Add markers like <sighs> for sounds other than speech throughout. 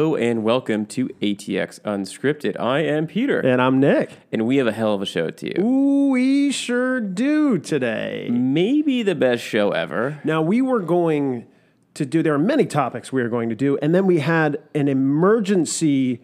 welcome to ATX Unscripted. I am Peter, And I'm Nick. and we have a hell of a show to you. Ooh, we sure do today. Maybe the best show ever. Now, we were going to do, there are many topics we were going to do, and then we had an emergency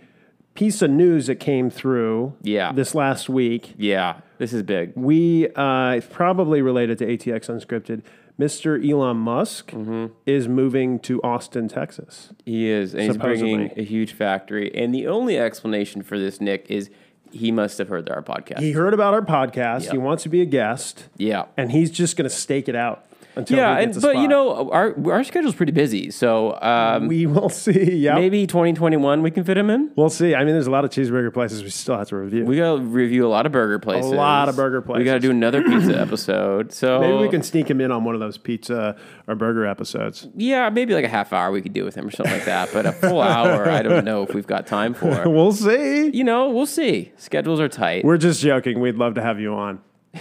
piece of news that came through Yeah. this last week. Yeah, this is big. We, uh, it's probably related to ATX Unscripted, Mr. Elon Musk Mm-hmm. is moving to Austin, Texas. He is, and he's bringing Supposedly. a huge factory. And the only explanation for this, Nick, is he must have heard our podcast. He heard about our podcast, Yeah. he wants to be a guest, yeah. and he's just going to stake it out until Yeah, he and, gets a but you spot. know, our our schedule's pretty busy. So um, we will <laughs> see. Yeah. maybe 2021 we can fit him in. We'll see. I mean, there's a lot of cheeseburger places we still have to review. We got to review a lot of burger places. lot of burger We got to places. do another pizza <clears throat> episode. So Maybe we can sneak him in on one of those pizza or burger episodes. Yeah, maybe like a half hour we could do with him or something like that. But a full hour, I don't know if we've got time for. We'll see. You know, we'll see. Schedules are tight. We're just joking. We'd love to have you on, <laughs>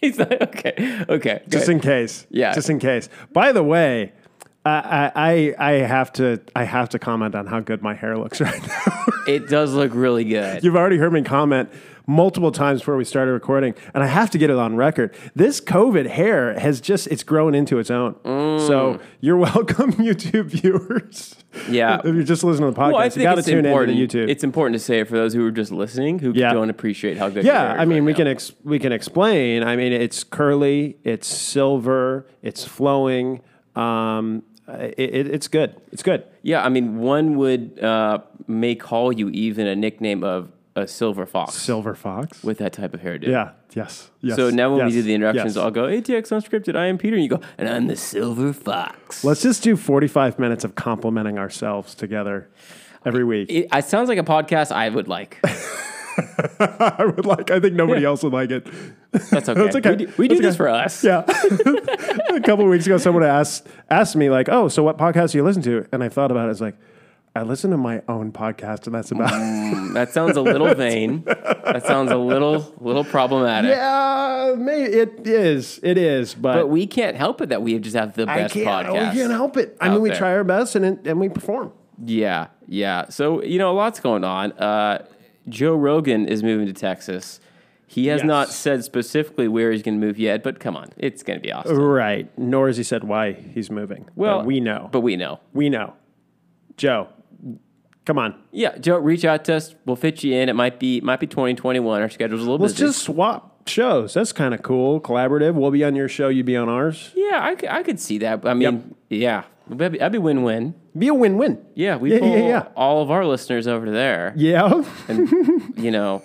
He's like, okay, okay. just good. in case. Yeah. just in case. By the way, I, I I I have to I have to comment on how good my hair looks <laughs> right now. it does look really good. You've already heard me comment multiple times before we started recording, and I have to get it on record. This COVID hair has just it's grown into its own. So you're <laughs> welcome, YouTube viewers. Mm. Yeah. <laughs> if you're just listening to the podcast, Well, I you think got to it's tune into important. YouTube. It's important to say it for those who are just listening who Yeah. don't appreciate how good. your yeah, hair is I mean right we now. can ex- we can explain. I mean it's curly, it's silver, it's flowing. Um, it, it, it's good. It's good. Yeah, I mean, one would uh, may call you even a nickname of a silver fox Silver fox. with that type of hairdo. yeah. Yes. Yes. So now when yes, we do the introductions, yes. I'll go ATX unscripted. I am Peter, and you go, and I'm the silver fox. Let's just do 45 minutes of complimenting ourselves together every week. It, it sounds like a podcast I would like. <laughs> I would like, I think nobody else would like it. <laughs> That's okay. That's okay. We do, we do this That's okay. for us. Yeah. <laughs> a couple of weeks ago, someone asked, asked me, like, oh, so what podcast do you listen to? And I thought about it. I was like, I listen to my own podcast, and that's about That sounds a little vain. That sounds a little little problematic. <laughs> Yeah, may, it is. It is. But, But we can't help it that we just have the I best can't, oh, podcast. we can't help it. I out mean, we there. try our best and, it, and we perform. Yeah, yeah. So you know, a lot's going on. Uh, Joe Rogan is moving to Texas. He has Yes. not said specifically where he's going to move yet, but come on, it's going to be awesome. Right. Nor has he said why he's moving. Well, But Uh, we know. But we know. we know. Joe, come on. Yeah, Joe, reach out to us. We'll fit you in. It might be might be twenty twenty one. Our schedule's a little Let's busy. just swap shows. That's kind of cool. Collaborative. We'll be on your show. You be on ours. yeah, I, c- I could see that. I mean, yeah, that'd be, that'd be win win. Be a win-win. Yeah, we Yeah, pull yeah, yeah. all of our listeners over there. <laughs> Yeah, You <laughs> know,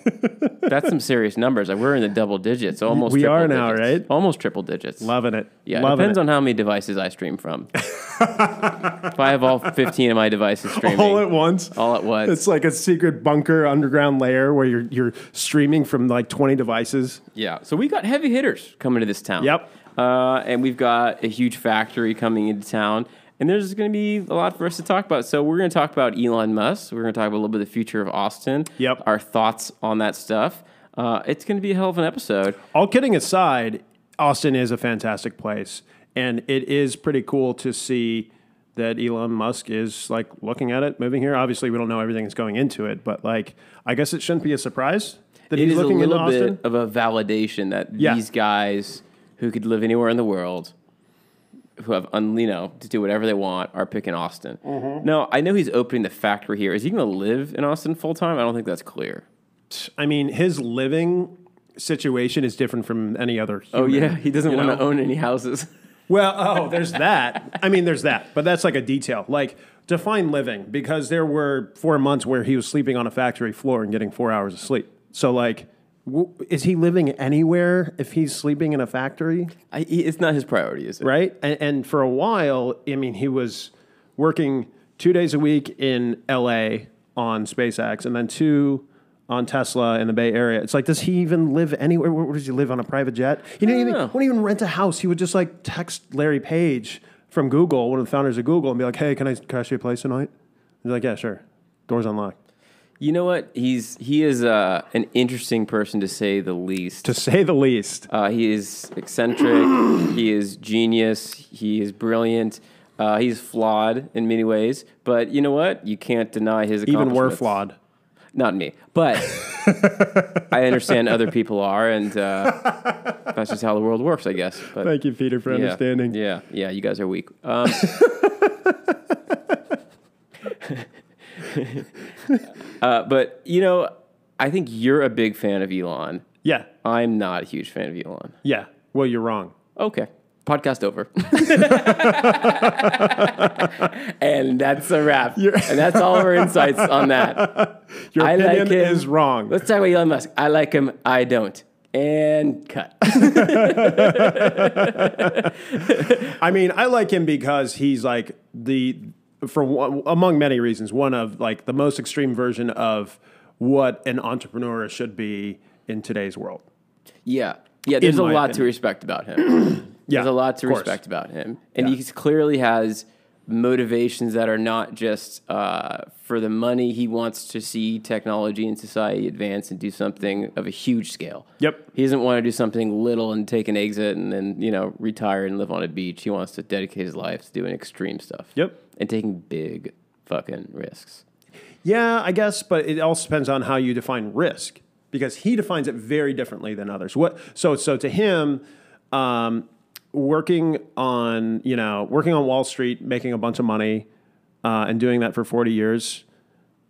that's some serious numbers. Like, We're in the double digits, almost. We triple are now, digits. right? Almost triple digits. loving it. yeah, it loving depends it. on how many devices I stream <laughs> from. if I have all fifteen of my devices streaming all at once. all at once, It's like a secret bunker underground layer where you're you're streaming from like 20 devices. yeah. So we got heavy hitters coming to this town. Yep. Uh, and we've got a huge factory coming into town. And there's going to be a lot for us to talk about. So we're going to talk about Elon Musk. We're going to talk about a little bit of the future of Austin. Yep. Our thoughts on that stuff. Uh, it's going to be a hell of an episode. All kidding aside, Austin is a fantastic place, and it is pretty cool to see that Elon Musk is like looking at it, moving here. Obviously, we don't know everything that's going into it, but like I guess it shouldn't be a surprise that It he's is a looking into little Austin. bit of a validation that Yeah. these guys who could live anywhere in the world, who have un, you know to do whatever they want, are picking Austin. Mm-hmm. Now I know he's opening the factory here. Is he going to live in Austin full time? I don't think that's clear. I mean, his living situation is different from any other. Oh human. yeah, he doesn't want know? to own any houses. <laughs> Well, oh, there's that. I mean, there's that, but that's like a detail. Like, define living because there were four months where he was sleeping on a factory floor and getting four hours of sleep. So, like, w- is he living anywhere if he's sleeping in a factory? I, he, it's not his priority, is it? Right. And, and for a while, I mean, he was working two days a week in LA on SpaceX and then two on Tesla in the Bay Area. It's like, does he even live anywhere? Where, where does he live on a private jet? He didn't even, know. wouldn't even rent a house. He would just like text Larry Page from Google, one of the founders of Google, and be like, hey, can I crash your place tonight? He's like, yeah, sure. Doors unlocked. You know what? He's he is uh, an interesting person to say the least. To say the least. <clears throat> Uh, he is eccentric. he is genius. He is brilliant. Uh, he's flawed in many ways, but you know what? You can't deny his Even we're accomplishments. flawed. Not me, <laughs> but I understand other people are, and uh, that's just how the world works, I guess. But Thank you, Peter, for yeah, understanding. Yeah, yeah, you guys are weak. Um, <laughs> uh, but you know, I think you're a big fan of Elon. Yeah. I'm not a huge fan of Elon. Yeah. Well, you're wrong. Okay. Podcast over. and that's a wrap. and that's all of our insights on that. Your I like opinion him. is wrong. Let's talk about Elon Musk. I like him. I don't. And cut. I mean, I like him because he's like the for one, among many reasons, one of like the most extreme version of what an entrepreneur should be in today's world. Yeah. Yeah, there's a my lot to respect about him. Yeah, there's a lot to of course. respect about him. And he clearly has motivations that are not just uh, for the money. He wants to see technology and society advance and do something of a huge scale. Yep. He doesn't want to do something little and take an exit and then, you know, retire and live on a beach. He wants to dedicate his life to doing extreme stuff. Yep. And taking big fucking risks. Yeah, I guess, but it also depends on how you define risk because he defines it very differently than others. What so so to him, um, working on you know working on Wall Street, making a bunch of money, uh, and doing that for forty years,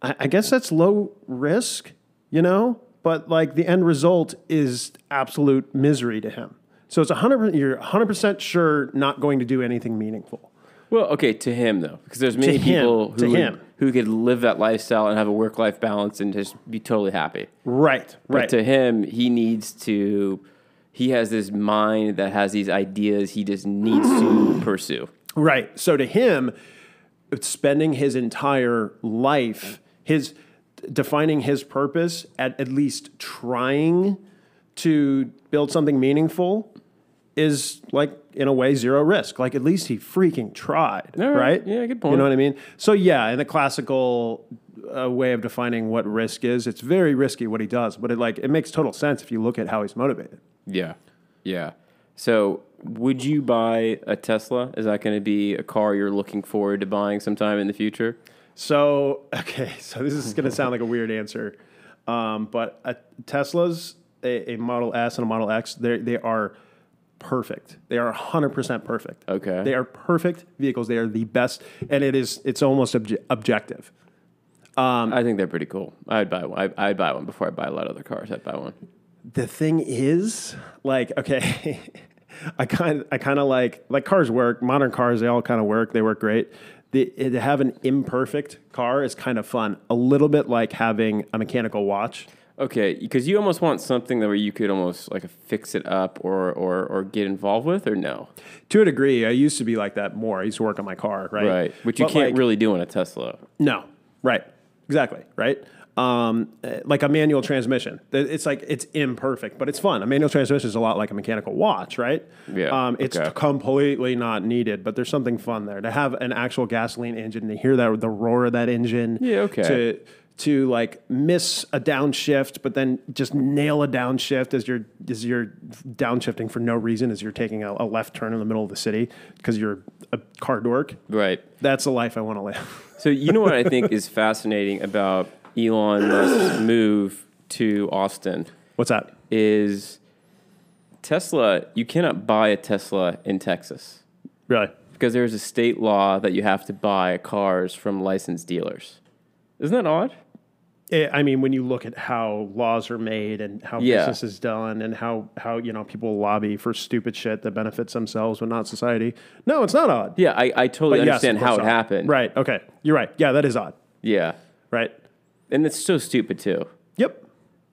I, I guess that's low risk, you know. But like the end result is absolute misery to him. So it's hundred you're hundred percent sure not going to do anything meaningful. Well, okay, to him though, because there's many him, people to who would- him. who could live that lifestyle and have a work life balance and just be totally happy. Right, right. But to him, he needs to. He has this mind that has these ideas he just needs <clears throat> to pursue. Right. So to him, spending his entire life, his defining his purpose, at, at least trying to build something meaningful is like in a way zero risk. Like at least he freaking tried, All right. right? Yeah, good You point. know what I mean? So yeah, in the classical uh, way of defining what risk is, it's very risky what he does, but it like it makes total sense if you look at how he's motivated. Yeah, yeah. So, would you buy a Tesla? Is that going to be a car you're looking forward to buying sometime in the future? So <laughs> okay, so this is going to sound like a weird answer, um, but a Tesla's a, a Model S and a Model X. They they are perfect. They are hundred percent perfect. Okay. they are perfect vehicles. They are the best, and it is it's almost obje- objective. Um, I think they're pretty cool. I'd buy one. I, I'd buy one before I buy a lot of other cars. I'd buy one. the thing is like okay <laughs> i kind i kind of like like cars work modern cars they all kind of work they work great the, to have an imperfect car is kind of fun a little bit like having a mechanical watch Okay, because you almost want something that where you could almost like fix it up or or or get involved with, or no, to a degree i used to be like that more i used to work on my car right Which you But, can't like, really do in a Tesla. No. Right. Exactly. Right. Um, uh, like a manual transmission. Th- It's like it's imperfect, but it's fun. A manual transmission is a lot like a mechanical watch, right? Yeah, Um, it's okay. completely not needed, but there's something fun there to have an actual gasoline engine to hear that the roar of that engine. Yeah, okay. To to like miss a downshift, but then just nail a downshift as you're as you're downshifting for no reason as you're taking a, a left turn in the middle of the city because you're a car dork. Right. That's the life I want to live. <laughs> So you know what I think is fascinating about Elon Musk's move to Austin What's that? is Tesla. You cannot buy a Tesla in Texas Really? because there is a state law that you have to buy cars from licensed dealers. Isn't that odd? Eh, I mean, when you look at how laws are made and how Yeah. business is done and how, how you know people lobby for stupid shit that benefits themselves but not society. No, it's not odd. Yeah, I, I totally But yes, understand of how course it odd. happened. Right. Okay. You're right. Yeah, that is odd. Yeah. Right. And it's so stupid too. Yep.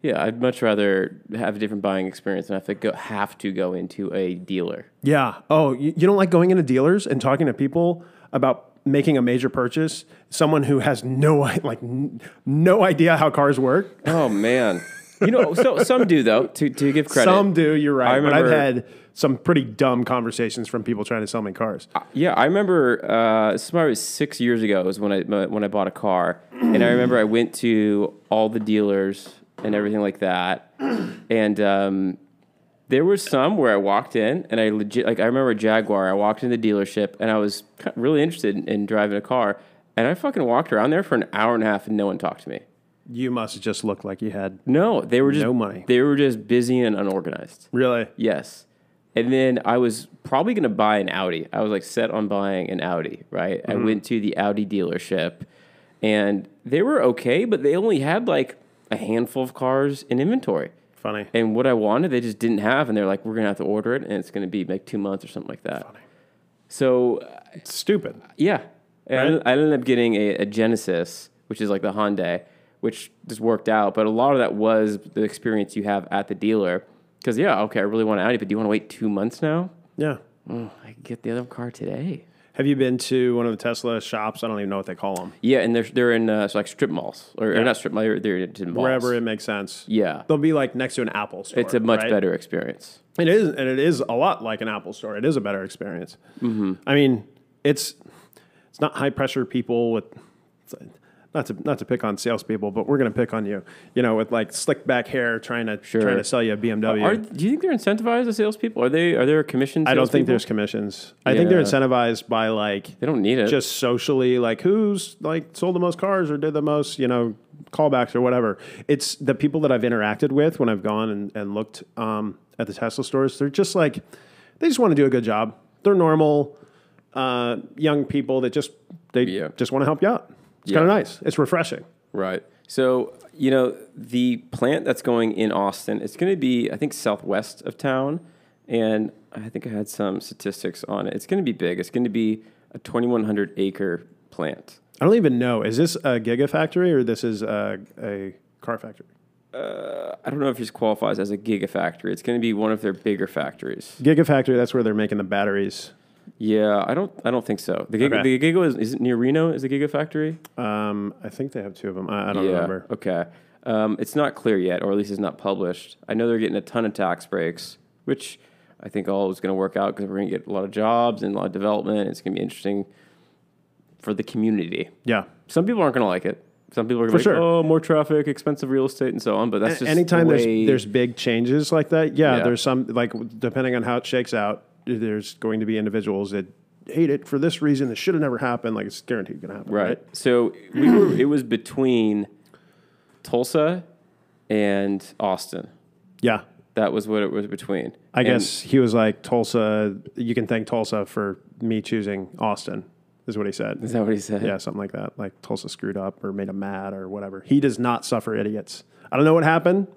Yeah, I'd much rather have a different buying experience and have to go have to go into a dealer. Yeah. Oh, you, you don't like going into dealers and talking to people about making a major purchase. Someone who has no i- like n- no idea how cars work. Oh man, you know, so some do though. To to give credit, Some do. You're right. I but remember- I've had some pretty dumb conversations from people trying to sell me cars. Yeah, I remember. Uh, this is probably six years ago is when I when I bought a car, and I remember I went to all the dealers and everything like that, and um, There were some where I walked in and I legit like I remember a Jaguar. I walked in the dealership and I was ki- really interested in, in driving a car, and I fucking walked around there for an hour and a half and no one talked to me. You must have just looked like you had No, they were just No money. They were just busy and unorganized. really. Yes. And then I was probably going to buy an Audi. I was like set on buying an Audi, right? I went to the Audi dealership and they were okay, but they only had like a handful of cars in inventory. Funny. And what I wanted, they just didn't have. And they're like, we're going to have to order it and it's going to be like two months or something like that. So, uh, It's stupid. yeah. And I Right. ended- I ended up getting a, a Genesis, which is like the Hyundai, which just worked out. But a lot of that was the experience you have at the dealer. Because, yeah, okay, I really want an Audi, but do you want to wait two months now? Yeah. I could get the other car today. Have you been to one of the Tesla shops? I don't even know what they call them. Yeah, and they're they're in uh, so like strip malls or, or Yeah. not strip malls. They're, they're in malls. Wherever it makes sense. Yeah, They'll be like next to an Apple store. it's a much right? better experience. It is, and it is a lot like an Apple store. It is a better experience. Mm-hmm. I mean, it's it's not high pressure people with not to not to pick on salespeople, but we're going to pick on you. You know, with like slick back hair, trying to Sure. trying to sell you a BMW. Are, do you think they're incentivized as salespeople? Are they are there commissions? I don't think there's commissions. I think Yeah. they're incentivized by like they don't need it. just socially, like who's like sold the most cars or did the most, you know, callbacks or whatever. It's the people that I've interacted with when I've gone and, and looked um, at the Tesla stores. They're just like they just want to do a good job. They're normal uh, young people that just they Yeah. just want to help you out. It's Yeah. kind of nice. It's refreshing. Right. So, you know, the plant that's going in Austin, it's going to be, I think, southwest of town. And I think I had some statistics on it. It's going to be big. It's going to be a 2,100 acre plant. I don't even know. Is this a gigafactory or this is a, a car factory? I don't know if it qualifies as a gigafactory. It's going to be one of their bigger factories. Gigafactory. That's where they're making the batteries. Yeah, I don't, I don't think so. The giga, Okay. the giga is, is it near Reno? Is the gigafactory? Um, I think they have two of them. I, I don't yeah. remember. Okay. Um, it's not clear yet, or at least it's not published. I know they're getting a ton of tax breaks, which I think all is going to work out because we're going to get a lot of jobs and a lot of development. It's going to be interesting for the community. Yeah. Some people aren't going to like it. Some people are going For to be like, sure. oh, more traffic, expensive real estate, and so on. But that's just anytime the way- there's there's big changes like that, yeah, Yeah. there's some like depending on how it shakes out, there's going to be individuals that hate it for this reason. This should have never happened. Like it's guaranteed gonna happen, right? right. So we were. It was between Tulsa and Austin. Yeah, That was what it was between. I And- guess he was like Tulsa. You can thank Tulsa for me choosing Austin. Is what he said. Is that what he said? Yeah, something like that. Like Tulsa screwed up or made him mad or whatever. He does not suffer idiots. I don't know what happened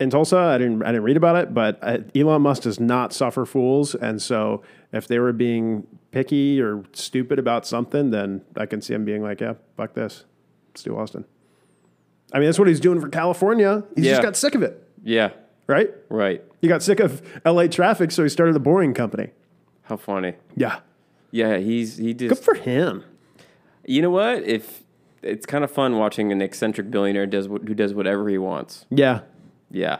in Tulsa. I didn't. I didn't read about it, but uh, Elon Musk does not suffer fools. And so, if they were being picky or stupid about something, then I can see him being like, "Yeah, fuck this. Let's do Austin." I mean, that's what he's doing for California. He's Yeah. just got sick of it, Yeah. right? Right. He got sick of LA traffic, so he started the Boring Company. How funny. Yeah, Yeah, he's he good just. for him. You know what? If it's kind of fun watching an eccentric billionaire does what, who does whatever he wants. Yeah, Yeah,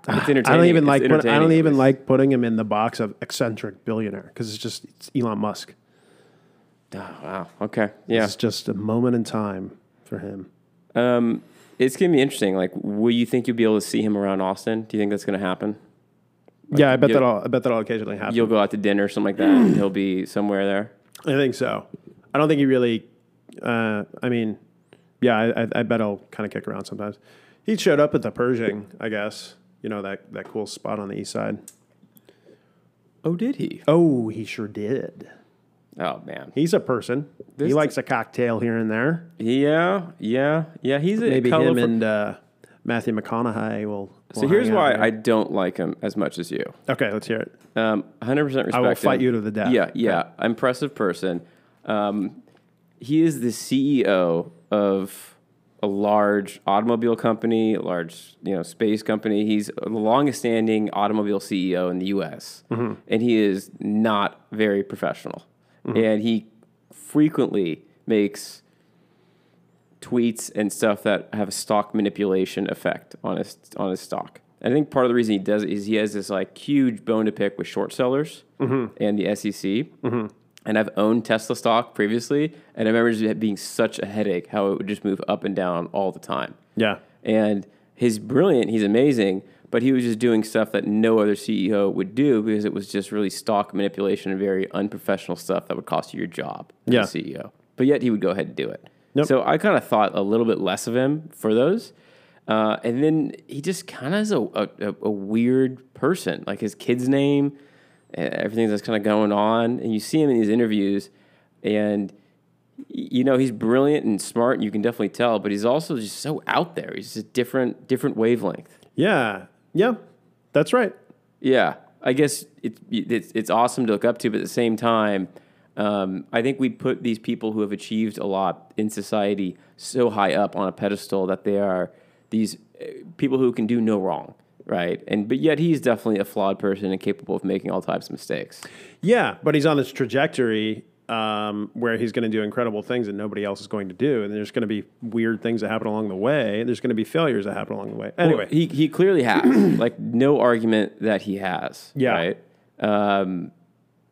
it's entertaining. <sighs> I don't even It's like put, I entertaining, don't at even least. like putting him in the box of eccentric billionaire because it's just it's Elon Musk. Oh, wow. Okay. Yeah. It's just a moment in time for him. Um, it's gonna be interesting. Like, will you think you'll be able to see him around Austin? Do you think that's gonna happen? yeah, I bet you- that all I bet that all occasionally happen. You'll go out to dinner or something like that, and he'll <clears throat> be somewhere there. I think so. I don't think he really. Uh, I mean, yeah, I, I, I bet I'll kind of kick around sometimes. He showed up at the Pershing, I guess. You know that that cool spot on the east side. Oh, did he? Oh, he sure did. Oh man. He's a person. There's he likes a cocktail here and there. Yeah, yeah, yeah. He's a Maybe colorful. him and uh, Matthew McConaughey will. so here's why I don't like him as much as you. Okay, let's hear it. Um, 100% respect. I will fight him. you to the death. Yeah, yeah. Impressive person. Um, he is the CEO of a large automobile company, a large you know space company. He's the longest standing automobile CEO in the U.S. and he is not very professional. And he frequently makes tweets and stuff that have a stock manipulation effect on his on his stock. I think part of the reason he does it is he has this like huge bone to pick with short sellers and the SEC. And I've owned Tesla stock previously, and I remember it being such a headache how it would just move up and down all the time. Yeah. And he's brilliant, he's amazing, But he was just doing stuff that no other CEO would do because it was just really stock manipulation and very unprofessional stuff that would cost you your job as Yeah. a CEO. But yet he would go ahead and do it. Yep. So I kind of thought a little bit less of him for those. Uh, and then he just kind of is a, a, a- a weird person. Like his kid's name, eh, everything that's kind of going on. And you see him in these interviews, and you know he's brilliant and smart and you can definitely tell but he's also just so out there he's just a different different wavelength Yeah. Yeah. That's right. yeah i guess it, it's, it's awesome to look up to but at the same time um, i think we put these people who have achieved a lot in society so high up on a pedestal that they are these uh, people who can do no wrong right and but yet he's definitely a flawed person and capable of making all types of mistakes Yeah, but he's on this trajectory um, where he's going to do incredible things that nobody else is going to do, and there's going to be weird things that happen along the way. and There's going to be failures that happen along the way. Anyway, he he clearly <clears throat> has like no argument that he has. Yeah. Right. Um,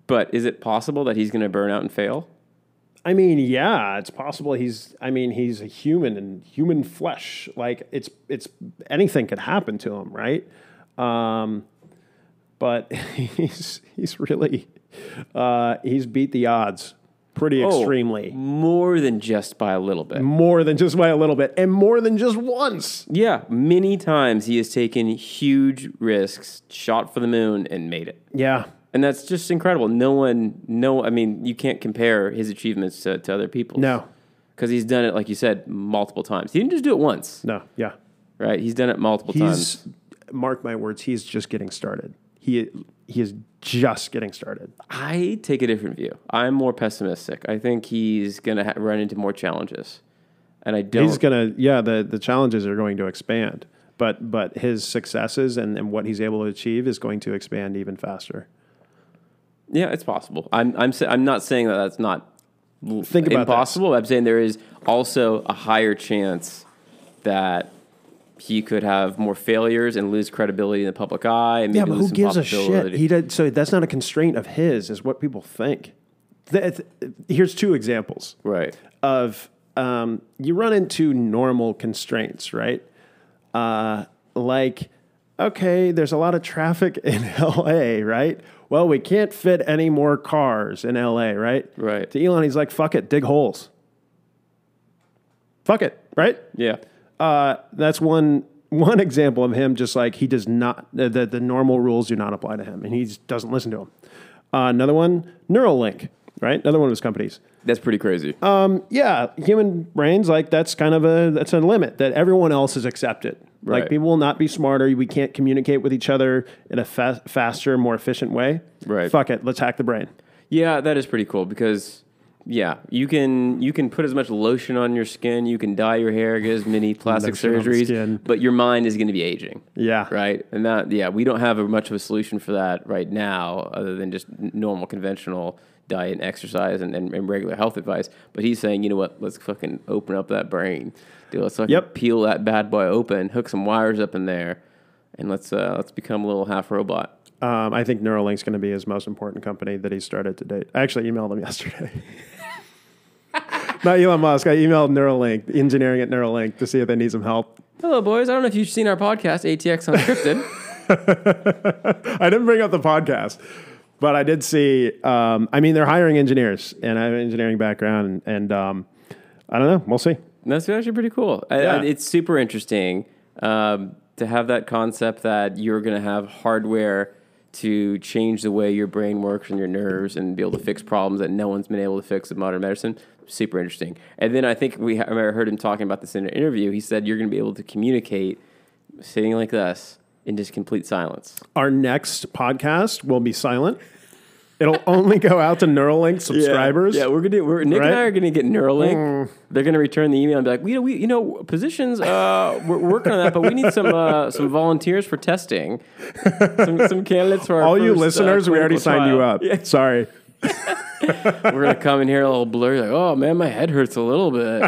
but is it possible that he's going to burn out and fail? I mean, yeah, it's possible he's. I mean, he's a human and human flesh. Like it's it's anything could happen to him, right? Um, but <laughs> he's he's really uh, he's beat the odds pretty extremely. more than just by a little bit. More than just by a little bit, and more than just once. Yeah, many times he has taken huge risks, shot for the moon, and made it. Yeah, And that's just incredible. No one, no, I mean, you can't compare his achievements to, to other people's. No. Because he's done it, like you said, multiple times. He didn't just do it once, no, yeah. right? He's done it multiple times. He's mark my words. He's just getting started. He he is just getting started. I take a different view. I'm more pessimistic. I think he's going to ha- run into more challenges. And I don't. He's gonna yeah. The the challenges are going to expand, but but his successes and and what he's able to achieve is going to expand even faster. yeah, it's possible. I'm, I'm, sa- I'm not saying that that's not l- Think about that. impossible. I'm saying there is also a higher chance that he could have more failures and lose credibility in the public eye. And maybe Yeah, but lose some who gives a shit? popularity. He did, so that's not a constraint of his, is what people think. Th- th- here's two examples. Right. of um, you run into normal constraints, right? Uh, like, okay, there's a lot of traffic <laughs> in LA, right? Well, we can't fit any more cars in LA, right? Right. To Elon, he's like, fuck it, dig holes. Fuck it, right? Yeah. Uh, that's one one example of him just like he does not the, the, the normal rules do not apply to him and he just doesn't listen to him. Uh, another one, Neuralink, right? Another one of his companies That's pretty crazy. Um, yeah, human brains like that's kind of a that's a limit that everyone else has accepted. Like Right. people will not be smarter. We can't communicate with each other in a fa- faster, more efficient way. Right. Fuck it. Let's hack the brain. Yeah, that is pretty cool because yeah, you can you can put as much lotion on your skin, you can dye your hair, get as <laughs> many plastic Lotion on the surgeries, skin. but your mind is going to be aging. Yeah. Right? And that yeah, we don't have a, much of a solution for that right now other than just n- normal conventional diet and exercise and, and, and regular health advice, but he's saying, you know what, let's fucking open up that brain. Dude, let's fucking Yep. peel that bad boy open, hook some wires up in there, and let's uh, let's become a little half robot. Um, I think Neuralink's going to be his most important company that he started to date. I actually emailed <laughs> him <laughs> yesterday. not Elon Musk. I emailed Neuralink, engineering at Neuralink, to see if they need some help. Hello boys, I don't know if you've seen our podcast ATX <laughs> Unscripted. I didn't bring up the podcast, but I did see. Um, I mean, they're hiring engineers, and I have an engineering background, and, and um, I don't know. We'll see. That's actually pretty cool. I, Yeah. I, it's super interesting um, to have that concept that you're going to have hardware to change the way your brain works and your nerves and be able to fix problems that no one's been able to fix in modern medicine. Super interesting. And then I think we I remember I heard him talking about this in an interview. He said you're going to be able to communicate sitting like this in just complete silence. Our next podcast will be silent. <laughs> It'll only go out to Neuralink subscribers. Yeah, we're gonna. We're, Nick and I Right? Hmm. are gonna get Neuralink. They're gonna return the email and be like, we, we you know, positions. Uh, we're working on that, but we need some uh, some volunteers for testing. Some, some candidates for our All you first, uh, listeners, we already clinical signed you trial." up. Sorry. We're gonna come in here a little blurry, like, oh man, my head hurts a little bit,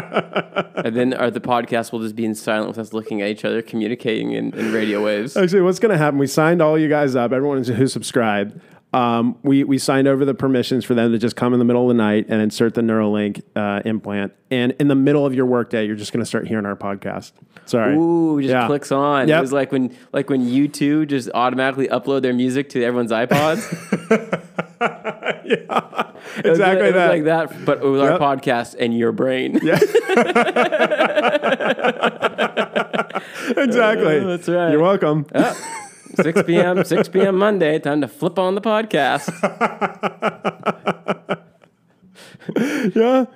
and then our, the podcast will just be in silent with us looking at each other, communicating in, in radio waves. Actually, what's going to happen? We signed all you guys up. Everyone who subscribed. Um, we, we signed over the permissions for them to just come in the middle of the night and insert the Neuralink uh, implant. And in the middle of your workday, you're just going to start hearing our podcast. Sorry. Ooh, it just Yeah. clicks on. Yep. It was like when like when you two just automatically upload their music to everyone's iPods. It was exactly like, It was that. like that, but with Yep. our podcast and your brain. <laughs> Exactly. Oh, That's right. You're welcome. 6 p.m. 6 p.m. Monday. Time to flip on the podcast. <laughs> yeah. It'll be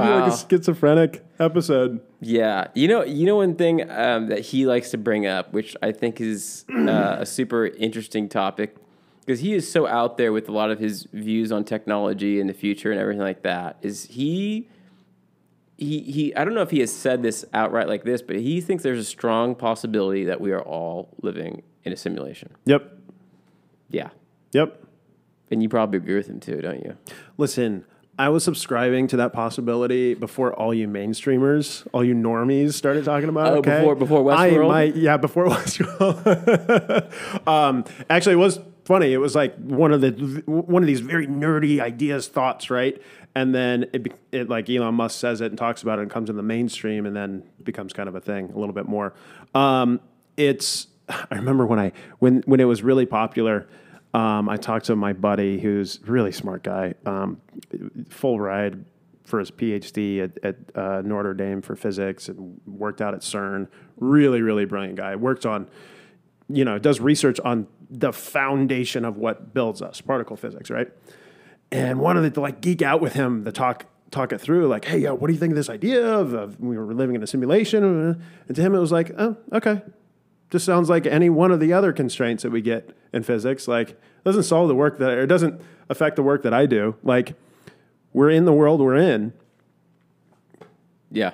Wow. Like a schizophrenic episode. yeah. You know. You know one thing um, that he likes to bring up, which I think is uh, a super interesting topic, because he is so out there with a lot of his views on technology and the future and everything like that. Is he? He, he I don't know if he has said this outright like this, but he thinks there's a strong possibility that we are all living in a simulation. Yep. Yeah. Yep. And you probably agree with him too, don't you? Listen, I was subscribing to that possibility before all you mainstreamers, all you normies started talking about it. Oh, okay? before- before I Westworld? might, yeah, before <laughs> Westworld. um, actually, it was funny. It was like one of the one of these very nerdy ideas, thoughts, right? And then it, be- it like Elon Musk says it and talks about it and comes in the mainstream and then becomes kind of a thing a little bit more. Um, it's <sighs> I remember when I when when it was really popular. Um, I talked to my buddy who's a really smart guy, um, full ride for his PhD at, at uh, Notre Dame for physics and worked out at CERN. Really, really brilliant guy. Worked on, you know, does research on the foundation of what builds us, particle physics, right? and wanted to like geek out with him to talk talk it through like hey yo what do you think of this idea of, of we were living in a simulation and to him it was like oh okay just sounds like any one of the other constraints that we get in physics like it doesn't solve the work that it doesn't affect the work that i do like we're in the world we're in Yeah.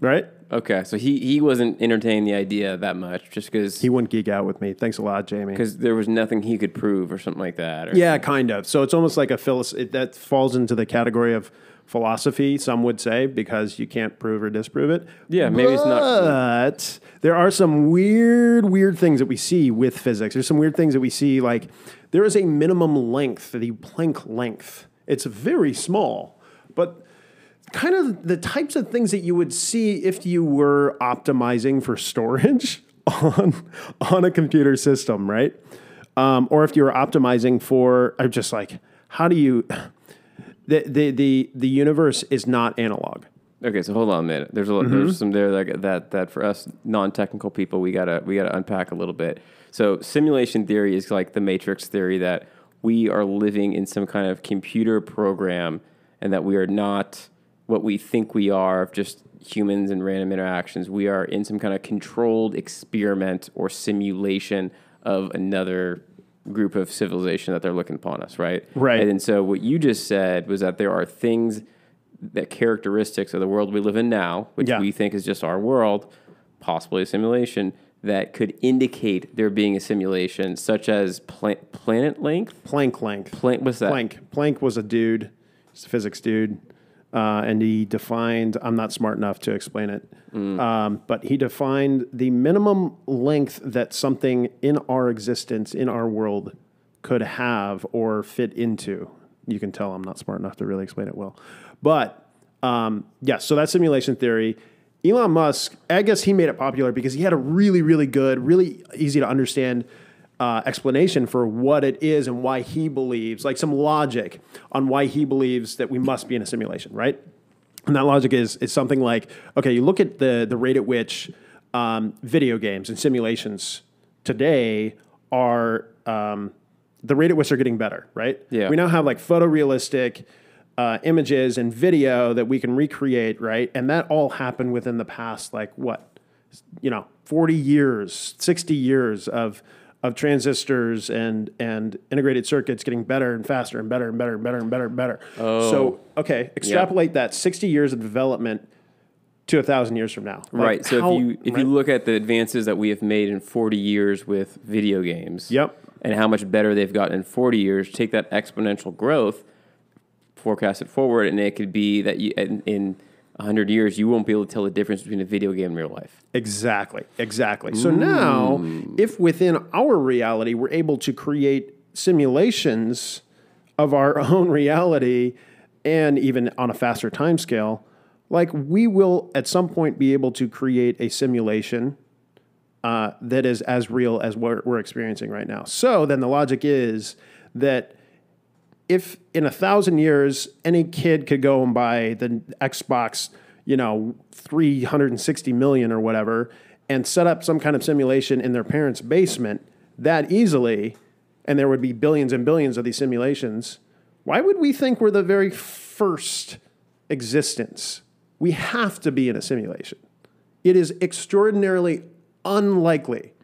right Okay, so he, he wasn't entertaining the idea that much, just because he wouldn't geek out with me thanks a lot jamie there was nothing he could prove or something like that. Or, Yeah, kind of. So it's almost like a philos- it, that falls into the category of philosophy, some would say, because you can't prove or disprove it. Yeah, maybe it's not- But there are some weird, weird things that we see with physics. There's some weird things that we see, like there is a minimum length, the Planck length. It's very small, but kind of the types of things that you would see if you were optimizing for storage <laughs> on on a computer system, right? Um, or if you were optimizing for, I'm just like, how do you? The the the the universe is not analog. Okay, so hold on a minute. There's a lot, there's some there like that that for us non technical people we gotta we gotta unpack a little bit. So simulation theory is like the matrix theory that we are living in some kind of computer program and that we are not what we think we are of just humans and random interactions. We are in some kind of controlled experiment or simulation of another group of civilization that they're looking upon us, right? Right. And and so what you just said was that there are things that characteristics of the world we live in now, which Yeah. we think is just our world, possibly a simulation, that could indicate there being a simulation, such as pla- planet length. Planck length. Plan- what's that? Planck. Planck was a dude, he's a physics dude, uh, and he defined. I'm not smart enough to explain it, um, but he defined the minimum length that something in our existence, in our world, could have or fit into. You can tell I'm not smart enough to really explain it well, but um, yeah. So that's simulation theory. Elon Musk, I guess he made it popular because he had a really, really good, really easy to understand uh, explanation for what it is and why he believes, like some logic on why he believes that we must be in a simulation, right? And that logic is is something like, okay, you look at the the rate at which um, video games and simulations today are um, the rate at which they're getting better, right? Yeah. We now have like photorealistic uh, images and video that we can recreate, right? And that all happened within the past, like what, you know, forty years, sixty years of of transistors and and integrated circuits getting better and faster and better and better and better and better and better. Oh. So okay, extrapolate that sixty years of development to a thousand years from now. Like, right. So how- if you if right? you look at the advances that we have made in 40 years with video games. Yep. And how much better they've gotten in 40 years, take that exponential growth, forecast it forward and it could be that you, in, in 100 years you won't be able to tell the difference between a video game and real life. Exactly. Exactly. So now, if within our reality we're able to create simulations of our <laughs> own reality and even on a faster time scale like we will at some point be able to create a simulation uh, that is as real as what we're experiencing right now so then the logic is that if in a thousand years any kid could go and buy the Xbox, you know, 360 million or whatever, and set up some kind of simulation in their parents' basement that easily, and there would be billions and billions of these simulations, why would we think we're the very first existence? We have to be in a simulation. It is extraordinarily unlikely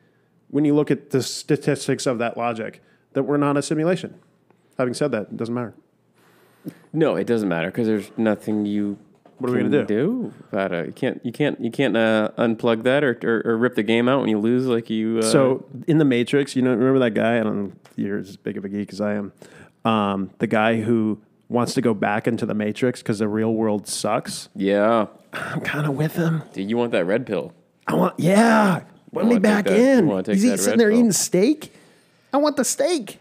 when you look at the statistics of that logic that we're not a simulation. Having said that, it doesn't matter. No, it doesn't matter because there's nothing you. What are we can gonna do? about it? You can't. You can't. You can't uh, unplug that or, or or rip the game out when you lose. Like you. Uh, So in the Matrix, you know, remember that guy? I don't know if you're as big of a geek as I am. Um, the guy who wants to go back into the Matrix because the real world sucks. yeah, I'm kind of with him. dude, you want that red pill? I want, yeah, put me take back that- you in. wanna take He's eating, that sitting red there pill. eating steak. I want the steak.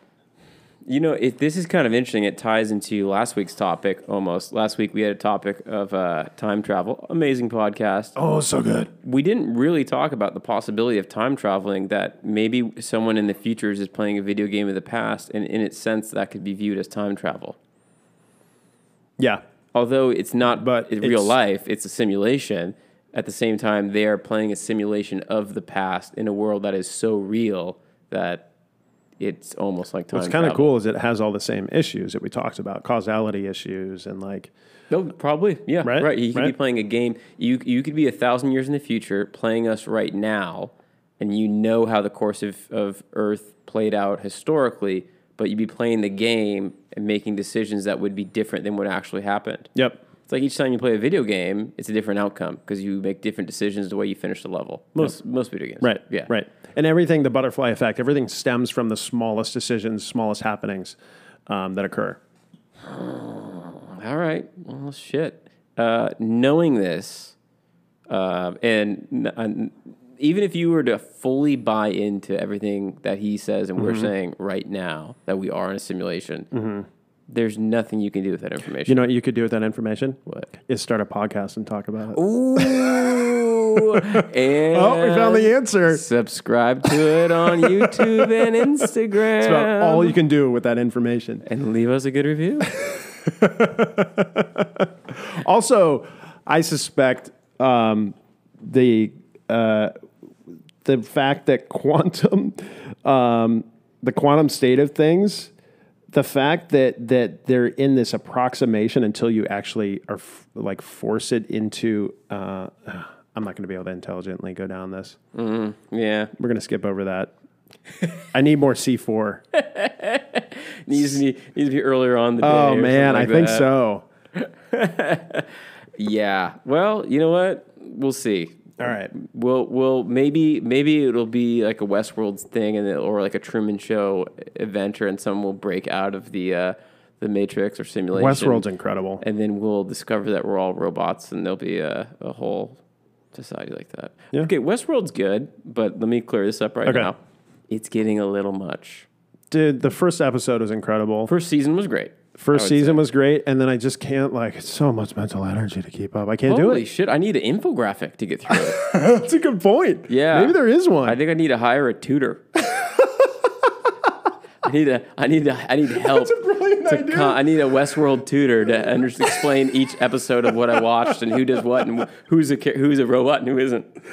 You know, it, this is kind of interesting. It ties into last week's topic almost. Last week we had a topic of uh, time travel. Amazing podcast. Oh, so good. We didn't really talk about the possibility of time traveling. That maybe someone in the future is just playing a video game of the past, and in its sense, that could be viewed as time travel. Yeah, although it's not But but in real it's- life it's a simulation at the same time they are playing a simulation of the past in a world that is so real that it's almost like time what's kind of travel. cool is it has all the same issues that we talked about, causality issues, and like no probably yeah Right? right, you could be Right? playing a game you you could be a thousand years in the future playing us right now and you know how the course of, of earth played out historically but you'd be playing the game and making decisions that would be different than what actually happened yep. It's like each time you play a video game, it's a different outcome because you make different decisions the way you finish the level. Most most video games, Right. Yeah, Right. And everything, the butterfly effect, everything stems from the smallest decisions, smallest happenings um, that occur. All right. Well, shit. Uh, knowing this, uh, and, n- and even if you were to fully buy into everything that he says and we're Mm-hmm. saying right now that we are in a simulation, there's nothing you can do with that You information. know what you could do with that information? What? <laughs> Is start a podcast and talk about it. Ooh. and Oh, we found the answer. It's Subscribe to it <laughs> on YouTube and Instagram. about all you can do with that information. and leave us a good <laughs> review. Also, I suspect um, the uh, the fact that quantum, <laughs> um, the quantum state of things, the fact that that they're in this approximation until you actually are f- like force it into. Uh, <sighs> I'm not going to be able to intelligently go down this. yeah, We're going to skip over that. I need more <laughs> C4. needs to, be- needs to be earlier on the day. or Oh something man, like I think that. so. Yeah. Well, you know what? We'll see. All right. We'll we'll maybe maybe it'll be like a Westworld thing, and it- or like a Truman Show adventure, and someone will break out of the uh, the Matrix or simulation. Westworld's incredible. and then we'll discover that we're all robots, and there'll be a, a whole society like that. Yeah. Okay, Westworld's good, but let me clear this up right Okay. now. It's getting a little much. Dude, the first episode was incredible. First season was great. I First would season was great, and then I just can't like it's so much mental energy to keep up. I can't Holy do it. shit! I need an infographic to get through it. <laughs> That's a good point. Yeah. Maybe there is one. I think I need to hire a tutor. I need a, I need a, I <laughs> need help. <laughs> That's a brilliant to idea. con- I need a Westworld tutor to under- explain each episode of what I watched and who does what and wh- who's a cha- who's a robot and who isn't. <laughs>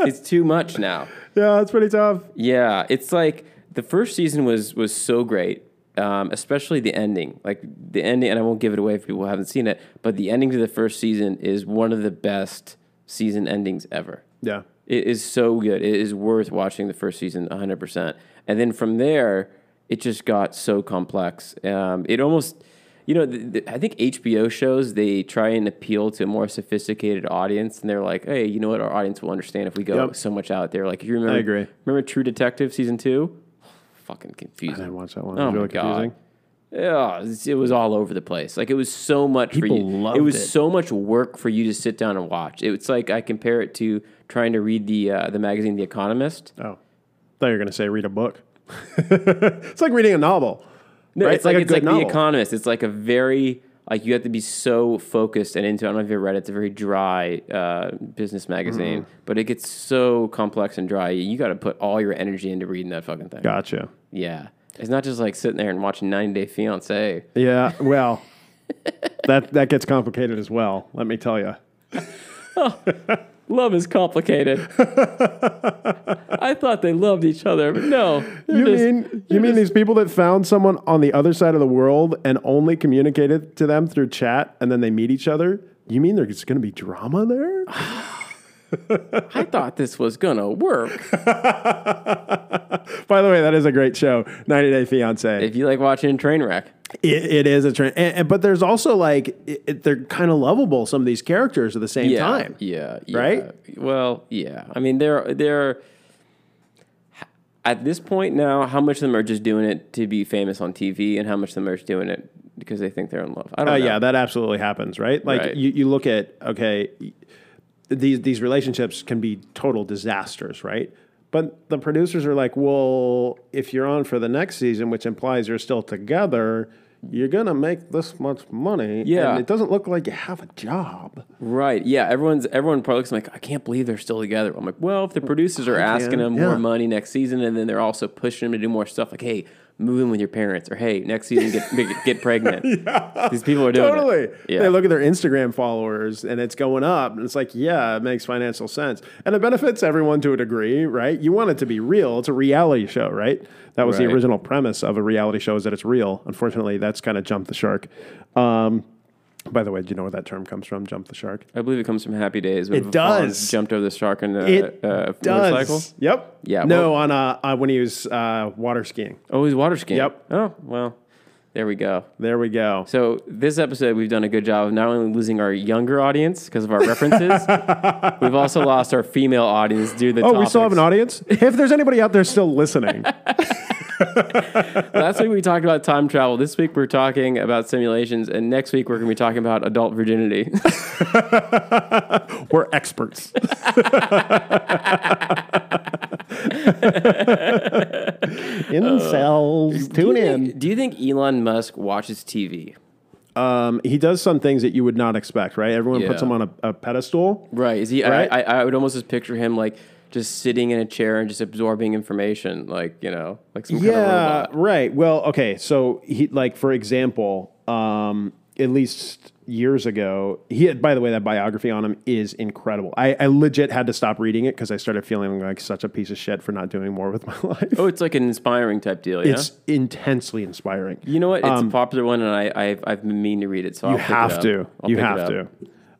It's too much now. yeah, it's pretty tough. Yeah, it's like the first season was was so great, um, especially the ending. Like the ending, and I won't give it away if people haven't seen it, but the ending to the first season is one of the best season endings ever. Yeah. It is so good. It is worth watching the first season 100%. And then from there, it just got so complex. Um, it almost, you know, th th I think HBO shows, they try and appeal to a more sophisticated audience. And they're like, hey, you know what? Our audience will understand if we go Yep. so much out there. Like, if you remember, I agree. remember True Detective season two? Fucking I didn't confusing. watch that one. It Oh was my really God. confusing. Yeah, it's- it was all over the place. Like it was so much People for you. loved it was it. so much work for you to sit down and watch. It was like I compare it to trying to read the uh, the magazine The Economist. Oh. Thought you were gonna say read a book. <laughs> it's like reading a novel. No, right? it's like, a it's good like novel. The Economist. It's like a very like you have to be so focused and into. I don't know if you ever read it. It's a very dry uh, business magazine, Mm-hmm. but it gets so complex and dry. You got to put all your energy into reading that fucking thing. Gotcha. Yeah, it's not just like sitting there and watching 90 Day Fiance. Yeah. <laughs> Well, that that gets complicated as well. Let me tell you. Love is <laughs> complicated. I thought they loved each other, but no. You mean you mean these people that found someone on the other side of the world and only communicated to them through chat, and then they meet each other? You mean there's going to be drama there? I thought this was gonna work. <sighs> By the way, that is a great show, 90 Day Fiance. if you like watching Trainwreck, It, it is a trend, and, and- but there's also like it, it- they're kind of lovable. Some of these characters at the same yeah, time. yeah, yeah. right? Well, yeah. I mean, they're they're at this point now. How much of them are just doing it to be famous on TV, and how much of them are just doing it because they think they're in love? I don't Oh know. yeah, that absolutely happens, right? Like Right. You, you look at okay, y- these these relationships can be total disasters, right? But the producers are like, well, if you're on for the next season, which implies you're still together, you're gonna make this much money. Yeah. and it doesn't look like you have a job. Right. Yeah. Everyone's everyone probably looks like I can't believe they're still together. I'm like, well, if the producers are asking them Mm, yeah. more money next season, and then they're also pushing them to do more stuff, like, hey, move in with your parents, or hey, next season get get, get <laughs> pregnant. These people are doing totally. It. Yeah. They look at their Instagram followers and it's going up, and it's like, yeah, it makes financial sense, and it benefits everyone to a degree, right? You want it to be real. It's a reality show, right? That was Right. the original premise of a reality show is that it's real. Unfortunately, that's kind of jumped the shark. Um, by the way, do you know where that term comes from? Jump the shark. I believe it comes from Happy Days. It does. Jumped over the shark and uh, It uh, Does. motorcycle. Yep. Yeah, No, on uh, uh, when he was uh, water skiing. Oh, he's water skiing. Yep. Oh, well, there we go. There we go. So this episode, we've done a good job of not only losing our younger audience because of our <laughs> references, we've also lost our female audience due to the. Oh, we still have topics. an audience. <laughs> if there's anybody out there still listening, Last week we talked about time travel. This week we're talking about simulations, and next week we're going to be talking about adult virginity. we're <laughs> experts. Incels, <laughs> tune in. Do Uh, you think Elon Musk watches TV? Um, he does some things that you would not expect, right? Everyone puts Yeah. him on a, a pedestal. Right. Is he? Right. I, I, I would almost just picture him like just sitting in a chair and just absorbing information, like you know, like some kind of Yeah, robot. right. Well, okay. So he, like, for example, um, at least years ago, he had. By the way, that biography on him is incredible. I, I legit had to stop reading it because I started feeling like such a piece of shit for not doing more with my <laughs> life. Oh, it's like an inspiring type deal. Yeah. It's intensely inspiring. you know what? It's a popular one, and I I've, I've been meaning to read it. So I'll You pick it have up. to. I'll you pick it have up.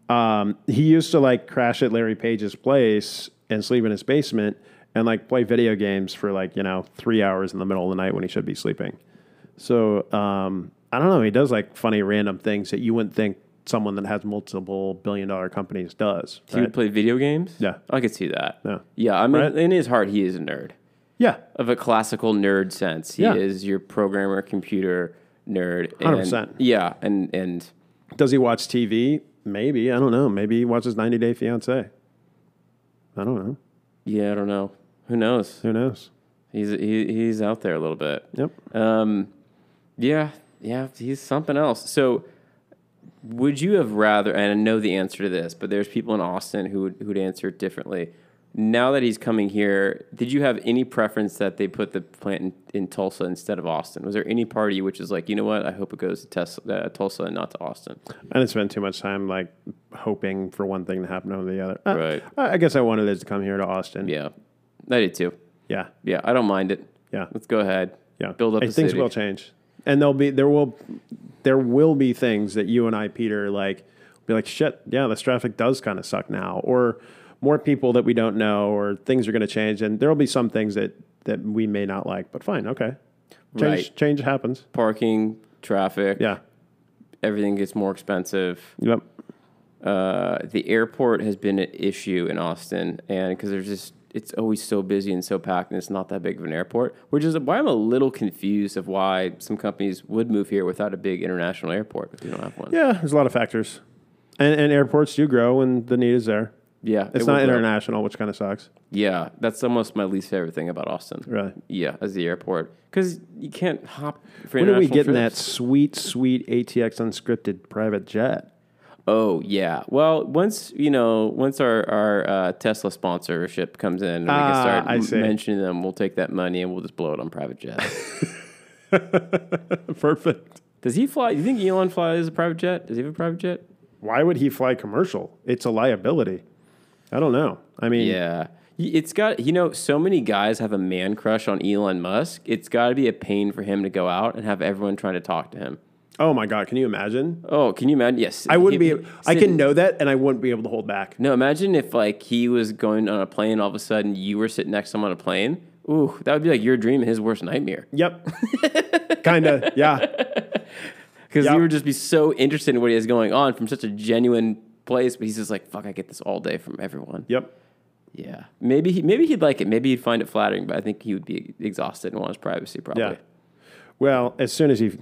to. Um, he used to like crash at Larry Page's place and sleep in his basement and like play video games for like you know three hours in the middle of the night when he should be sleeping. So um, I don't know. He does like funny random things that you wouldn't think someone that has multiple billion dollar companies does. He right? would play video games. Yeah. I could see that. Yeah. Yeah. I mean, Right. in his heart, he is a nerd. Yeah, of a classical nerd sense. He Yeah. is your programmer, computer nerd. and- 100%. Yeah, and and Does he watch TV? Maybe I don't know. Maybe he watches 90 Day Fiance. I don't know. yeah, I don't know. Who knows? Who knows? He's he, he's out there a little bit. Yep. Um, yeah, yeah, he's something else. So, would you have rather? And I know the answer to this, but there's people in Austin who would, who'd answer it differently. Now that he's coming here, did you have any preference that they put the plant in, in Tulsa instead of Austin? Was there any party which is like, you know what? I hope it goes to Tesla, uh, Tulsa and not to Austin. I didn't spend too much time like hoping for one thing to happen over the other. Uh, Right. I, I guess I wanted it to come here to Austin. Yeah, I did too. Yeah. Yeah, I don't mind it. Yeah. Let's go ahead. Yeah. build up I- the things city. will change, and there'll be there will there will be things that you and I, Peter, like be like shit. Yeah, this traffic does kind of suck now, or more people that we don't know, or things are going to change, and there'll be some things that that we may not like. But fine, okay. Change Right. change happens. Parking, traffic. Yeah. everything gets more expensive. Yep. Uh, the airport has been an issue in Austin, and because there's just it's always so busy and so packed, and it's not that big of an airport, which is why I'm a little confused of why some companies would move here without a big international airport if you don't have one. Yeah. There's a lot of factors, and and airports do grow, and the need is there. Yeah, it It's not would work. international, which kind of sucks. Yeah, that's almost my least favorite thing about Austin. Really? Yeah, is the airport because you can't hop. For When are we international getting that trips. sweet, sweet ATX unscripted private jet? Oh yeah. Well, once you know, once our our uh, Tesla sponsorship comes in, and we Ah, can start I m- see. mentioning them. We'll take that money and we'll just blow it on private jets. Perfect. <laughs> Does he fly? You think Elon flies a private jet? Does he have a private jet? Why would he fly commercial? It's a liability. I don't know. I mean, Yeah. Y- It's got you know so many guys have a man crush on Elon Musk. It's got to be a pain for him to go out and have everyone trying to talk to him. oh my God, can you imagine? Oh, can you imagine? Yes, I wouldn't he- be. I sit- can know that, and I wouldn't be able to hold back. No, imagine if like he was going on a plane, all of a sudden you were sitting next to him on a plane. Ooh, that would be like your dream and his worst nightmare. Yep. kind of. Yeah. Because Yeah. you would just be so interested in what he has going on from such a genuine place, but he's just like, fuck, I get this all day from everyone. Yep. Yeah. Maybe he maybe he'd like it. Maybe he'd find it flattering, but I think he would be exhausted and want his privacy probably. Yeah. Well, as soon as he,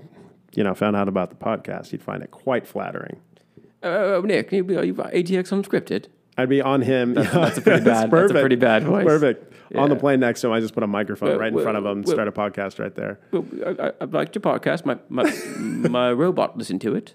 you know, found out about the podcast, he'd find it quite flattering. Oh, Nick, you, you ATX unscripted. I'd be on him. <laughs> That's, that's a pretty bad- that's a perfect. pretty bad voice. Perfect. On the Yeah. plane next to him, I just put a microphone Well, right in well, front of him, and well- start a podcast right there. Well, I, I, I liked your podcast. My my, my robot listened to it.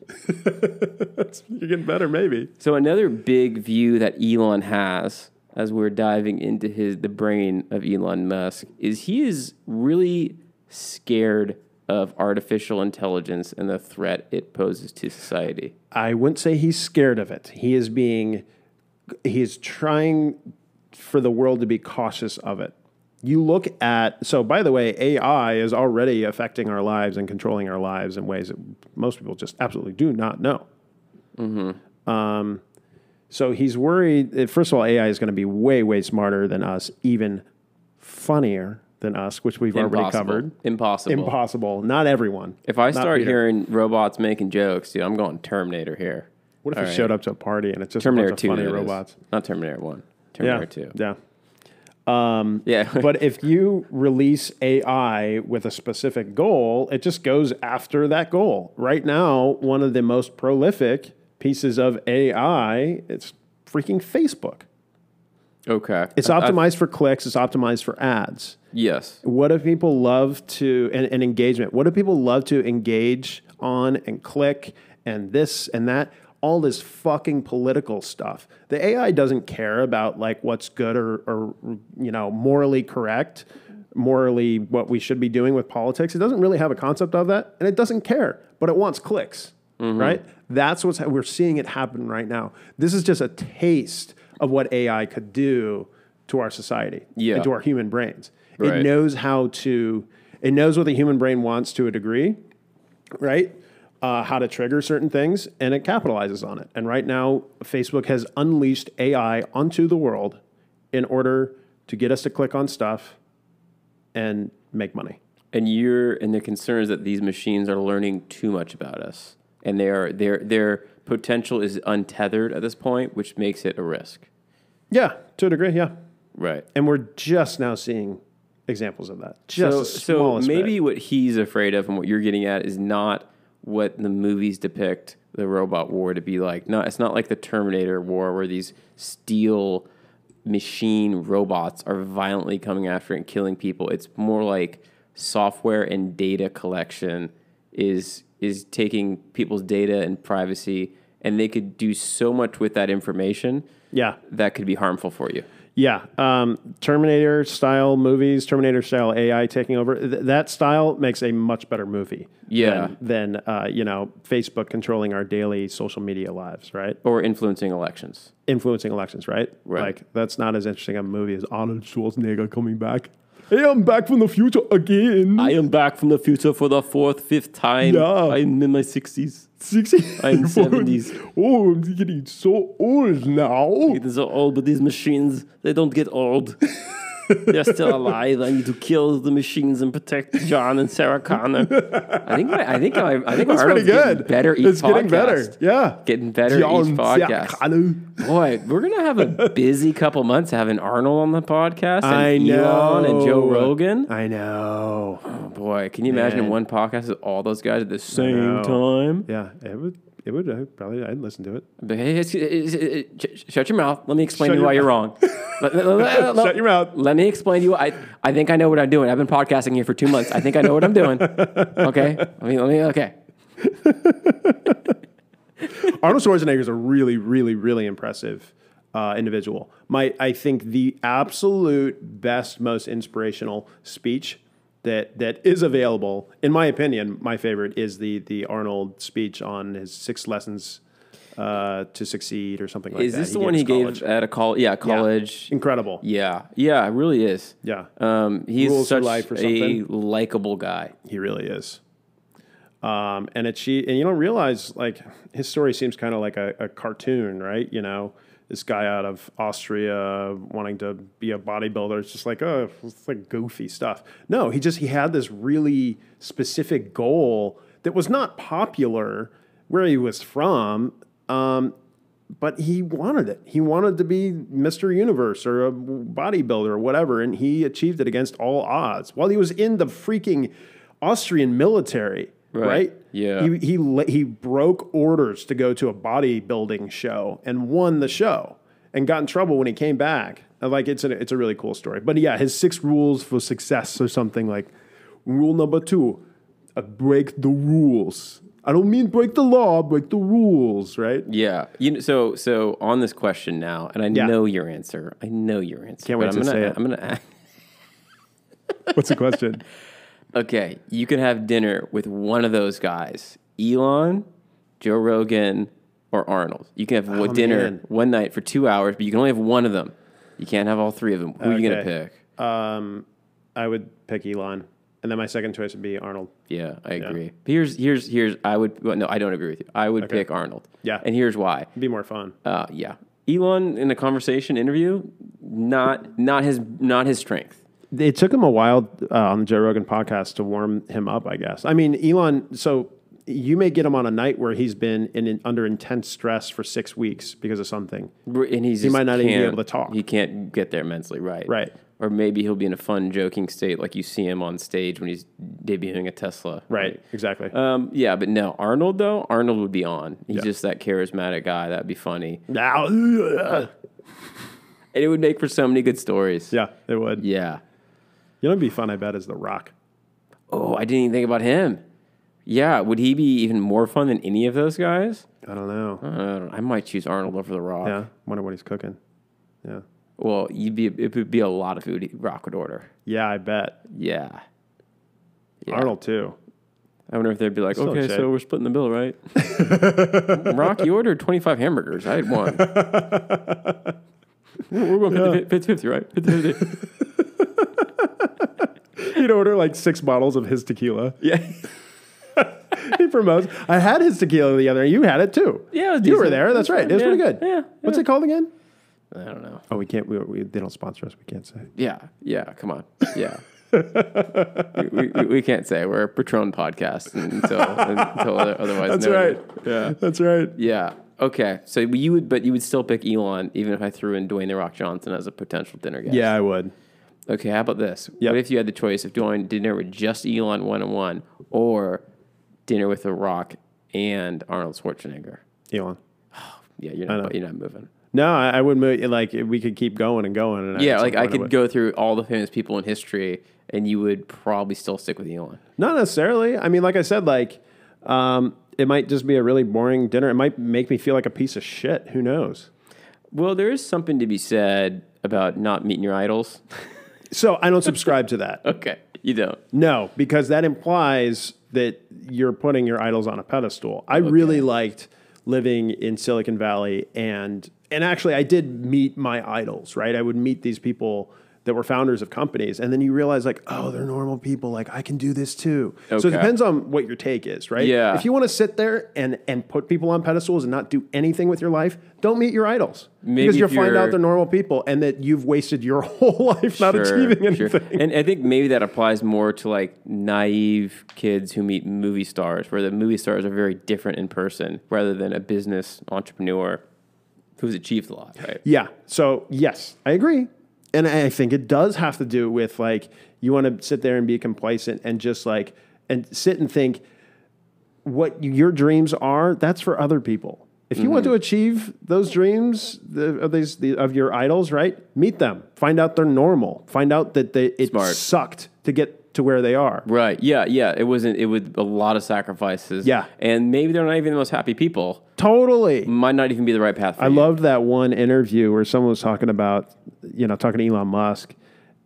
You're getting better, maybe. So another big view that Elon has as we're diving into his the brain of Elon Musk is he is really scared of artificial intelligence and the threat it poses to society. I wouldn't say he's scared of it. He is being, he is trying for the world to be cautious of it. You look at, so by the way, AI is already affecting our lives and controlling our lives in ways that most people just absolutely do not know. Um, Mm-hmm. so he's worried, that, first of all, AI is going to be way, way smarter than us, even funnier than us, which we've already covered. Impossible. Impossible. Not everyone. if I Not start Peter. hearing robots making jokes, dude, I'm going Terminator here. what if All he right. showed up to a party and it's just Terminator a bunch 2 of funny that is. robots? Not Terminator 1. Yeah. Terminator 2. Yeah. Yeah. But if you release AI with a specific goal, it just goes after that goal. Right now, one of the most prolific pieces of AI, it's freaking Facebook. <laughs> okay. It's I- I- optimized for clicks, it's optimized for ads. yes. What do people love to and, and engagement? What do people love to engage on and click and this and that? All this fucking political stuff. The AI doesn't care about like what's good or, or you know morally correct, morally what we should be doing with politics. It doesn't really have a concept of that, and it doesn't care. But it wants clicks, right? That's what's we're seeing it happen right now. This is just a taste of what AI could do to our society Yeah. and to our human brains. It Right. knows how to, it knows what the human brain wants to a degree, right? Uh, how to trigger certain things, and it capitalizes on it. And right now, Facebook has unleashed AI onto the world in order to get us to click on stuff and make money. and you're and the concern is that these machines are learning too much about us and they are their their potential is untethered at this point which makes it a risk Yeah, to a degree, yeah. right And we're just now seeing examples of that. Just so, the so smallest bit. maybe what he's afraid of and what you're getting at is not what the movies depict the robot war to be like no it's not like the terminator war where these steel machine robots are violently coming after and killing people it's more like software and data collection is is taking people's data and privacy and they could do so much with that information Yeah. that could be harmful for you Yeah, um, Terminator style movies, Terminator style AI taking over. Th- that style makes a much better movie. Yeah. than, than uh, you know Facebook controlling our daily social media lives, right? or influencing elections Influencing elections, right? Right. Like that's not as interesting a movie as Arnold Schwarzenegger coming back. Hey, I'm back from the future again. I am back from the future for the fourth, fifth time. Yeah. I'm in my 60s. Sixty. <laughs> I'm 70s. Oh, I'm getting so old now. These are old, but these machines, they don't get <laughs> old. They're still alive. I need to kill the machines and protect John and Sarah Connor. I think my, I think I, I think That's Arnold's pretty good. Getting better each it's getting better. podcast. Yeah. Getting better each podcast. Boy, we're gonna have <laughs> a busy couple months having Arnold on the podcast and Elon and Joe Rogan. I know. Oh boy, can you imagine Man. one podcast with all those guys at the I same know. time? Yeah, it would It would I probably I'd listen <laughs> to it. But hey, it's- it's- it- it- sh- shut your mouth. Let me explain Shut to you your why you're wrong. <laughs> Let- let- let- let- Shut your mouth. Let me explain to you. I, I think I know what I'm doing. I've been podcasting here for two months. I think I know what I'm doing. Okay. I mean, let me, okay. Arnold Schwarzenegger is a really, really, really impressive uh, individual. My, I think the absolute best, most inspirational speech that that is available, in my opinion, my favorite is the the Arnold speech on his six lessons uh, to succeed or something like Is that. this the gave one he us gave college. at a college? Yeah, college. Incredible. Yeah. Yeah, it really is. Yeah. Um, he's Rules for such life or a something. likable guy. He really is. Um, and it she and you don't realize like his story seems kind of like a, a cartoon, right? You know, this guy out of Austria wanting to be a bodybuilder. It's just like oh, it's like goofy stuff. No, he just he had this really specific goal that was not popular where he was from. Um, but he wanted it. He wanted to be Mr. Universe or a bodybuilder or whatever, and he achieved it against all odds while he was in the freaking Austrian military. Right. Right. Yeah. He he le- he broke orders to go to a bodybuilding show and won the show and got in trouble when he came back. And, Like it's a it's a really cool story. But yeah, his six rules for success or something like rule number two, uh, break the rules. I don't mean break the law, break the rules, right? Yeah. You know, so so on this question now, and I Yeah. know your answer. I know your answer. Can't wait but to I'm gonna, say it. I'm gonna ask. What's the question? Okay, you can have dinner with one of those guys: Elon, Joe Rogan, or Arnold. You can have one dinner Oh, man. one night for two hours, but you can only have one of them. You can't have all three of them. Who are you gonna Okay. pick? I would pick Elon, and then my second choice would be Arnold. Yeah, I agree. Here's here's here's I would well, no, I don't agree with you. I would pick Arnold. Yeah. and here's why. It'd be more fun. Uh, yeah, Elon in a conversation interview, not not his not his strength. It took him a while uh, on the Joe Rogan podcast to warm him up. I guess. I mean, Elon. So you may get him on a night where he's been in, in under intense stress for six weeks because of something. R- and he's he might not even be able to talk. He can't get there mentally, right? Right. Or maybe he'll be in a fun, joking state, like you see him on stage when he's debuting a Tesla. Exactly. Um, yeah, but no, Arnold though, Arnold would be on. He's just that charismatic guy. That'd be funny, Now, ugh. and it would make for so many good stories. yeah, it would. Yeah. You know, it'd be fun. I bet is The Rock. Oh, I didn't even think about him. Yeah, would he be even more fun than any of those guys? I don't know. I don't know. I might choose Arnold over the Rock. Yeah. Wonder what he's cooking. Yeah. Well, you'd be it would be a lot of food he- Rock would order. Yeah, I bet. Yeah. Yeah. Arnold too. <laughs> I wonder if they'd be like, Still in okay, shape. so we're splitting the bill, right? <laughs> Rock, you ordered 25 hamburgers. I had one. we're going 50, 50, 50, right? 50, <laughs> 50. He'd order like six bottles of his tequila. Yeah. he promotes. I had his tequila the other. You had it too. Yeah, it was you were decent. there. That's right. It was Yeah, pretty good. yeah, What's it called again? I don't know. Oh, we can't. We, we, they don't sponsor us. We can't say. Yeah. Yeah. Come on. <laughs> Yeah. we, we, we can't say we're a Patron podcast until, until otherwise That's noted. right. Yeah, that's right. Yeah. Okay. So you would, but you would still pick Elon, even if I threw in Dwayne the Rock Johnson as a potential dinner guest. Yeah, I would. Okay, how about this? Yep. What if you had the choice of doing dinner with just Elon one on one or dinner with The Rock and Arnold Schwarzenegger? Elon. Yeah, you're not, you're not moving. No, I, I would move. Like we could keep going and going. And Yeah, at some like I point could would- go through all the famous people in history and you would probably still stick with Elon. Not necessarily. I mean, like I said, like um, it might just be a really boring dinner. It might make me feel like a piece of shit. Who knows? Well, there is something to be said about not meeting your idols. So I don't subscribe to that. <laughs> okay, you don't. No, because that implies that you're putting your idols on a pedestal. I really liked living in Silicon Valley and and actually I did meet my idols, right? I would meet these people that were founders of companies and then you realize like, oh, they're normal people, like I can do this too. So Okay. it depends on what your take is, right? Yeah. If you want to sit there and and put people on pedestals and not do anything with your life, don't meet your idols. Maybe because you'll if find you're- out they're normal people and that you've wasted your <laughs> whole life not achieving anything. And I think maybe that applies more to like naive kids who meet movie stars, where the movie stars are very different in person rather than a business entrepreneur who's achieved a lot, right? Yeah. So yes, I agree, and I I think it does have to do with like you want to sit there and be complacent and just like and sit and think what your dreams are, that's for other people. If you want to achieve those dreams the, of these the, of your idols, right? Meet them. Find out they're normal. Find out that they it Smart. sucked to get to where they are. Right. Yeah. Yeah. It wasn't. It was a lot of sacrifices. Yeah. And maybe they're not even the most happy people. Totally. Might not even be the right path. For I you. loved that one interview where someone was talking about, you know, talking to Elon Musk,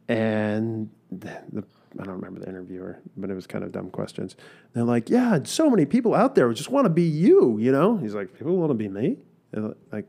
and the, the, I don't remember the interviewer, but it was kind of dumb questions. They're like, "Yeah, and so many people out there just want to be you," you know. He's like, "People want to be me," and like,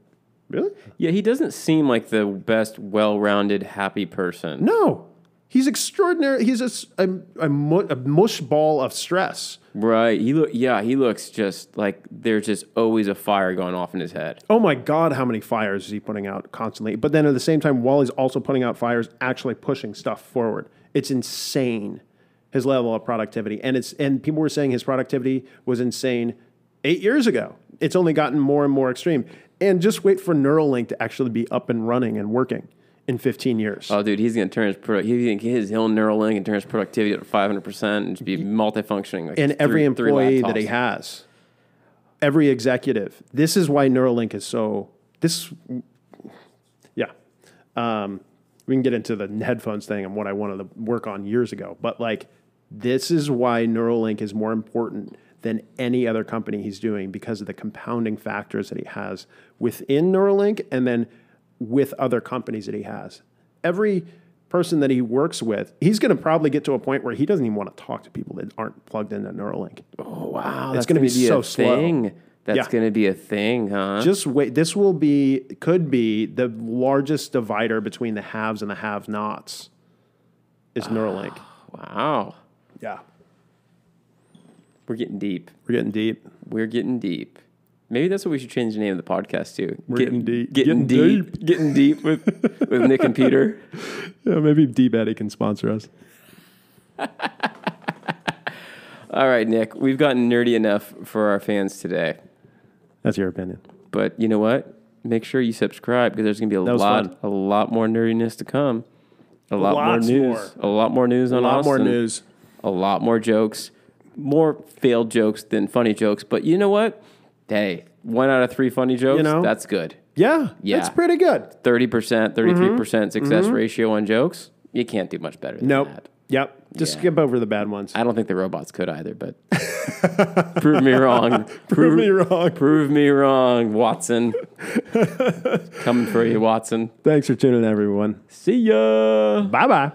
really? Yeah. He doesn't seem like the best, well-rounded, happy person. No, he's extraordinary. He's a, s- a, a mu- a mush ball of stress. Right. He look. Yeah. He looks just like there's just always a fire going off in his head. Oh my God, how many fires is he putting out constantly? But then at the same time, while he's also putting out fires, actually pushing stuff forward. It's insane his level of productivity. And it's and people were saying his productivity was insane eight years ago. It's only gotten more and more extreme. And just wait for Neuralink to actually be up and running and working in 15 years. Oh, dude, he's gonna turn his product. He think his he'll Neuralink and turn his productivity up to five hundred percent and just be multifunctioning. Like and three- every three employee that laptops. he has, every executive. This is why Neuralink is so. This, yeah, um, we can get into the headphones thing and what I wanted to work on years ago. But like, this is why Neuralink is more important than any other company he's doing because of the compounding factors that he has within Neuralink and then with other companies that he has. Every person that he works with, he's going to probably get to a point where he doesn't even want to talk to people that aren't plugged into Neuralink. Oh wow, that's gonna gonna be so a slow. thing. That's Yeah. gonna be a thing, huh? Just wait. This will be could be the largest divider between the haves and the have-nots. Is Neuralink? wow, Yeah, we're getting deep. we're getting deep. We're getting deep. Maybe that's what we should change the name of the podcast to. We're getting deep. Getting, Getting deep. Getting deep with with Nick <laughs> and Peter. Yeah, maybe D Betty can sponsor us. All right, Nick, we've gotten nerdy enough for our fans today. That's your opinion. But you know what? Make sure you subscribe because there's going to be a was lot, fun. a lot more nerdiness to come. A lot Lots more news. more. A lot more news on A lot more Austin. news. A lot more jokes. More failed jokes than funny jokes. But you know what? Hey, one out of three funny jokes. know? that's good. Yeah, Yeah. that's pretty good. Thirty percent, thirty-three percent success ratio on jokes. You can't do much better than Mm-hmm. Nope. that. Yep. Just Yeah. skip over the bad ones. I don't think the robots could either. <laughs> But prove me wrong. Prove me wrong. Prove me wrong, Watson. Coming for you, Watson. Thanks for tuning in, everyone. See ya. Bye bye.